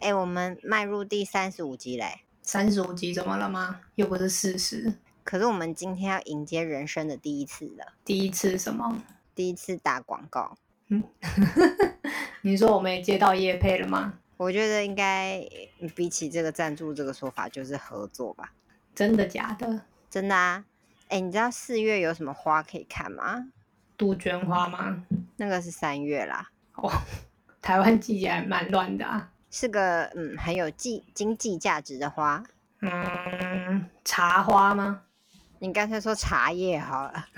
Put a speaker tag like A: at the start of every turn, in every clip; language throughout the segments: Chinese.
A: 哎、我们迈入第三十五集嘞，
B: 三十五集怎么了吗？又不是四十。
A: 可是我们今天要迎接人生的第一次了，
B: 第一次什么？
A: 第一次打广告，
B: 你说我们也接到叶配了吗？
A: 我觉得应该嗯比起这个赞助这个说法，就是合作吧，
B: 真的假的？
A: 真的啊。哎、你知道四月有什么花可以看吗？
B: 杜鹃花吗？
A: 那个是三月啦，
B: 哦，台湾季节还蛮乱的啊。
A: 是个嗯很有计经济价值的花。
B: 嗯，茶花吗？
A: 你干脆说茶叶好了，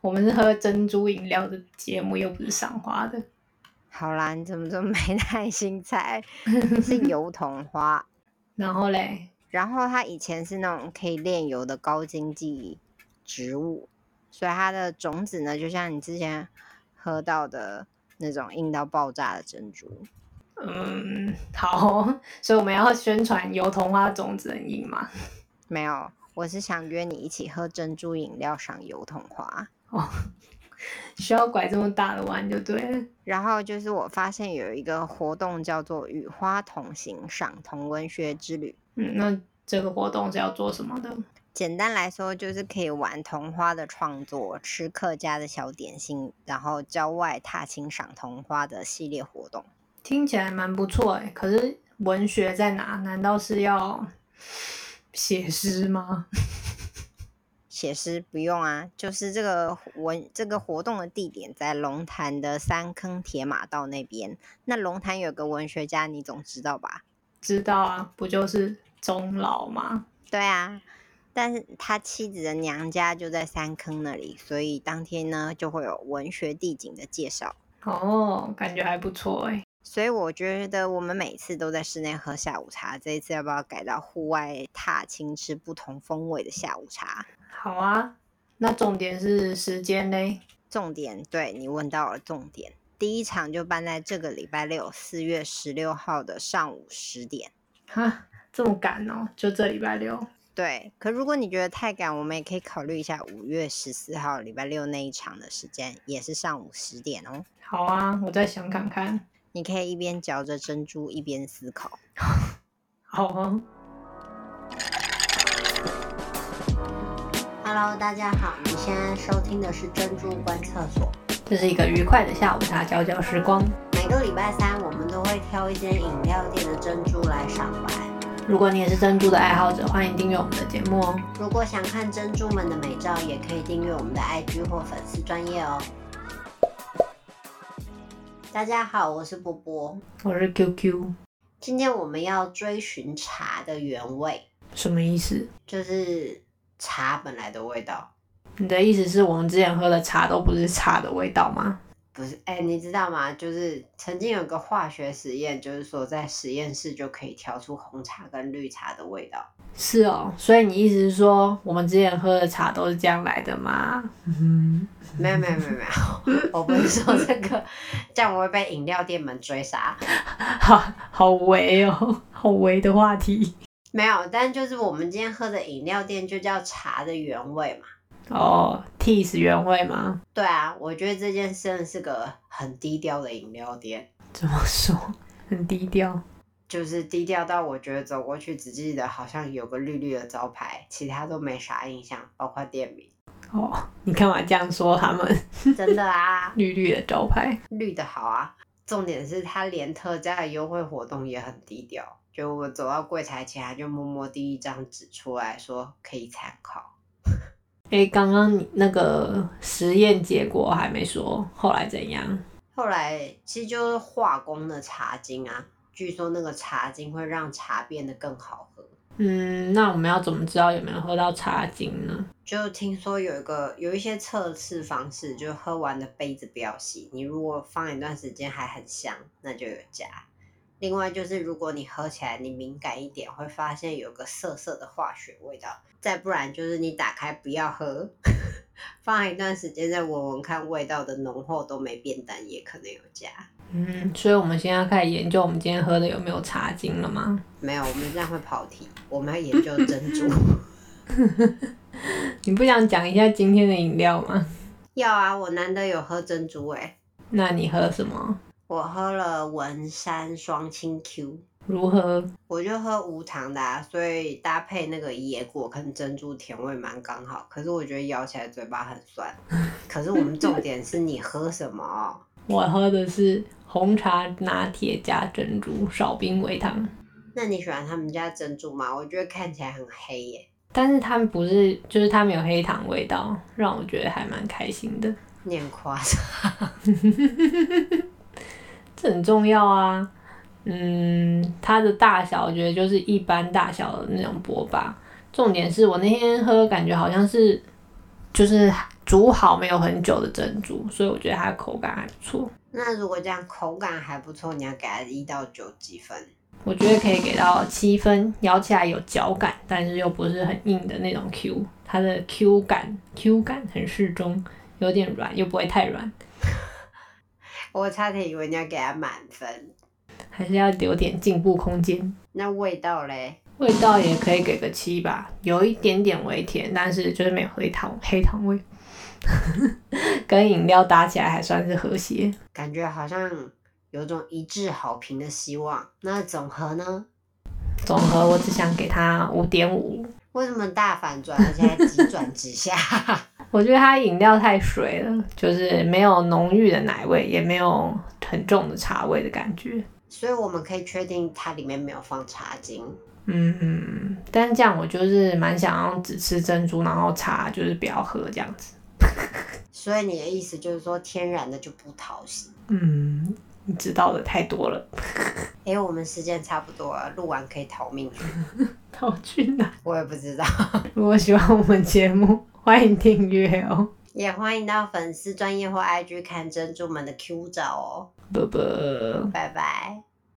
B: 我们是喝珍珠饮料的节目，又不是赏花的。
A: 好啦，你怎么这么没 耐心猜？是油桐花，
B: 然后嘞，
A: 然后它以前是那种可以炼油的高经济植物，所以它的种子呢，就像你之前喝到的那种硬到爆炸的珍珠。
B: 嗯，好哦，所以我们要宣传油桐花种子很硬嘛。
A: 没有，我是想约你一起喝珍珠饮料，赏油桐花。
B: 哦，需要拐这么大的弯就对了。
A: 然后就是我发现有一个活动叫做“与花同行，赏同文学之旅”。
B: 嗯，那这个活动是要做什么的？
A: 简单来说，就是可以玩桐花的创作，吃客家的小点心，然后郊外踏青赏桐花的系列活动。
B: 听起来蛮不错哎，可是文学在哪？难道是要写诗吗？
A: 写诗不用啊，就是这个文这个活动的地点在龙潭的三坑铁马道那边。那龙潭有个文学家，你总知道吧？
B: 知道啊，不就是钟老吗？
A: 对啊，但是他妻子的娘家就在三坑那里，所以当天呢就会有文学地景的介绍。
B: 哦，感觉还不错哎。
A: 所以我觉得我们每次都在室内喝下午茶，这一次要不要改到户外踏青吃不同风味的下午茶？
B: 好啊，那重点是时间嘞。
A: 重点，对你问到了重点。第一场就办在这个礼拜六，四月十六号的上午十点。
B: 哈，这么赶哦，就这礼拜六。
A: 对，可如果你觉得太赶，我们也可以考虑一下五月十四号礼拜六那一场的时间，也是上午十点哦。
B: 好啊，我再想看看。
A: 你可以一边嚼着珍珠，一边思考。
B: 好哦，
A: Hello，大家好，你现在收听的是珍珠观厕所。
B: 这是一个愉快的下午茶交交时光。
A: 每个礼拜三，我们都会挑一间饮料店的珍珠来赏玩。
B: 如果你也是珍珠的爱好者，欢迎订阅我们的节目哦。
A: 如果想看珍珠们的美照，也可以订阅我们的 IG 或粉丝专业哦。大家好，我是波波。
B: 我是 QQ，
A: 今天我们要追寻茶的原味，
B: 什么意思？
A: 就是茶本来的味道。
B: 你的意思是我们之前喝的茶都不是茶的味道吗？
A: 不是，哎、你知道吗？就是曾经有个化学实验，就是说在实验室就可以调出红茶跟绿茶的味道。
B: 是哦，所以你意思是说我们之前喝的茶都是这样来的吗？嗯，
A: 没有没有没有没有， 我不是说这个，这样我会被饮料店们追杀。
B: 好好围哦，好围的话题
A: 没有，但就是我们今天喝的饮料店就叫茶的原味嘛。
B: 哦。Teas 原味吗？
A: 对啊，我觉得这件事是个很低调的饮料店，
B: 怎么说？很低调。
A: 就是低调到我觉得走过去只记得好像有个绿绿的招牌，其他都没啥印象，包括店名。
B: 哦，你干嘛这样说他们？
A: 真的啊，
B: 绿绿的招牌，
A: 绿的好啊。重点是它连特价的优惠活动也很低调，就我走到柜台前，他就默默递一张纸出来说可以参考。
B: 诶，刚刚你那个实验结果还没说，后来怎样？
A: 后来其实就是化工的茶精啊，据说那个茶精会让茶变得更好喝。
B: 嗯，那我们要怎么知道有没有喝到茶精呢？
A: 就听说有一个有一些测试方式，就喝完的杯子不要洗，你如果放一段时间还很香，那就有加。另外就是如果你喝起来你敏感一点，会发现有个涩涩的化学味道。再不然就是你打开不要喝， 放一段时间再闻闻看味道的浓厚都没变淡，也可能有加。
B: 嗯，所以我们现在开始研究我们今天喝的有没有茶精了吗？
A: 没有，我们这样会跑题。我们要研究珍珠。
B: 你不想讲一下今天的饮料吗？
A: 要啊，我难得有喝珍珠诶、
B: 那你喝什么？
A: 我喝了文山双清 Q，
B: 如何？
A: 我就喝无糖的、啊，所以搭配那个野果跟珍珠甜味蛮刚好。可是我觉得咬起来嘴巴很酸。可是我们重点是你喝什么哦、
B: 我喝的是红茶拿铁加珍珠少冰微糖，
A: 那你喜欢他们家珍珠吗？我觉得看起来很黑耶。
B: 但是它不是，就是它没有黑糖味道，让我觉得还蛮开心的。
A: 你很夸张，
B: 这很重要啊。嗯，它的大小我觉得就是一般大小的那种波霸。重点是我那天喝，感觉好像是就是煮好没有很久的珍珠，所以我觉得它的口感还不错。
A: 那如果这样口感还不错，你要给它一到九几分？
B: 我觉得可以给到七分，咬起来有嚼感，但是又不是很硬的那种 Q，它的 Q 感 Q 感很适中，有点软又不会太软，
A: 我差点以为你要给它满分。
B: 还是要留点进步空间。
A: 那味道嘞？
B: 味道也可以给个七吧，有一点点微甜，但是就是没有黑糖黑糖味， 跟饮料搭起来还算是和谐。
A: 感觉好像有种一致好评的希望。那总和呢？
B: 总和我只想给它五点五，
A: 为什么大反转，而且还急转直下？
B: 我觉得它饮料太水了，就是没有浓郁的奶味，也没有很重的茶味的感觉。
A: 所以我们可以确定它里面没有放茶精。
B: 嗯，但是这样我就是蛮想要只吃珍珠，然后茶就是不要喝这样子。
A: 所以你的意思就是说，天然的就不讨喜。
B: 嗯，你知道的太多了，
A: 诶、我们时间差不多了， 录完可以逃命。
B: 那我去哪？
A: 我也不知道，
B: 如果喜欢我们节目，欢迎订阅哦，
A: 也欢迎到粉丝专业或 IG 看珍珠们的 Q 照哦。
B: 啵啵。
A: 拜拜。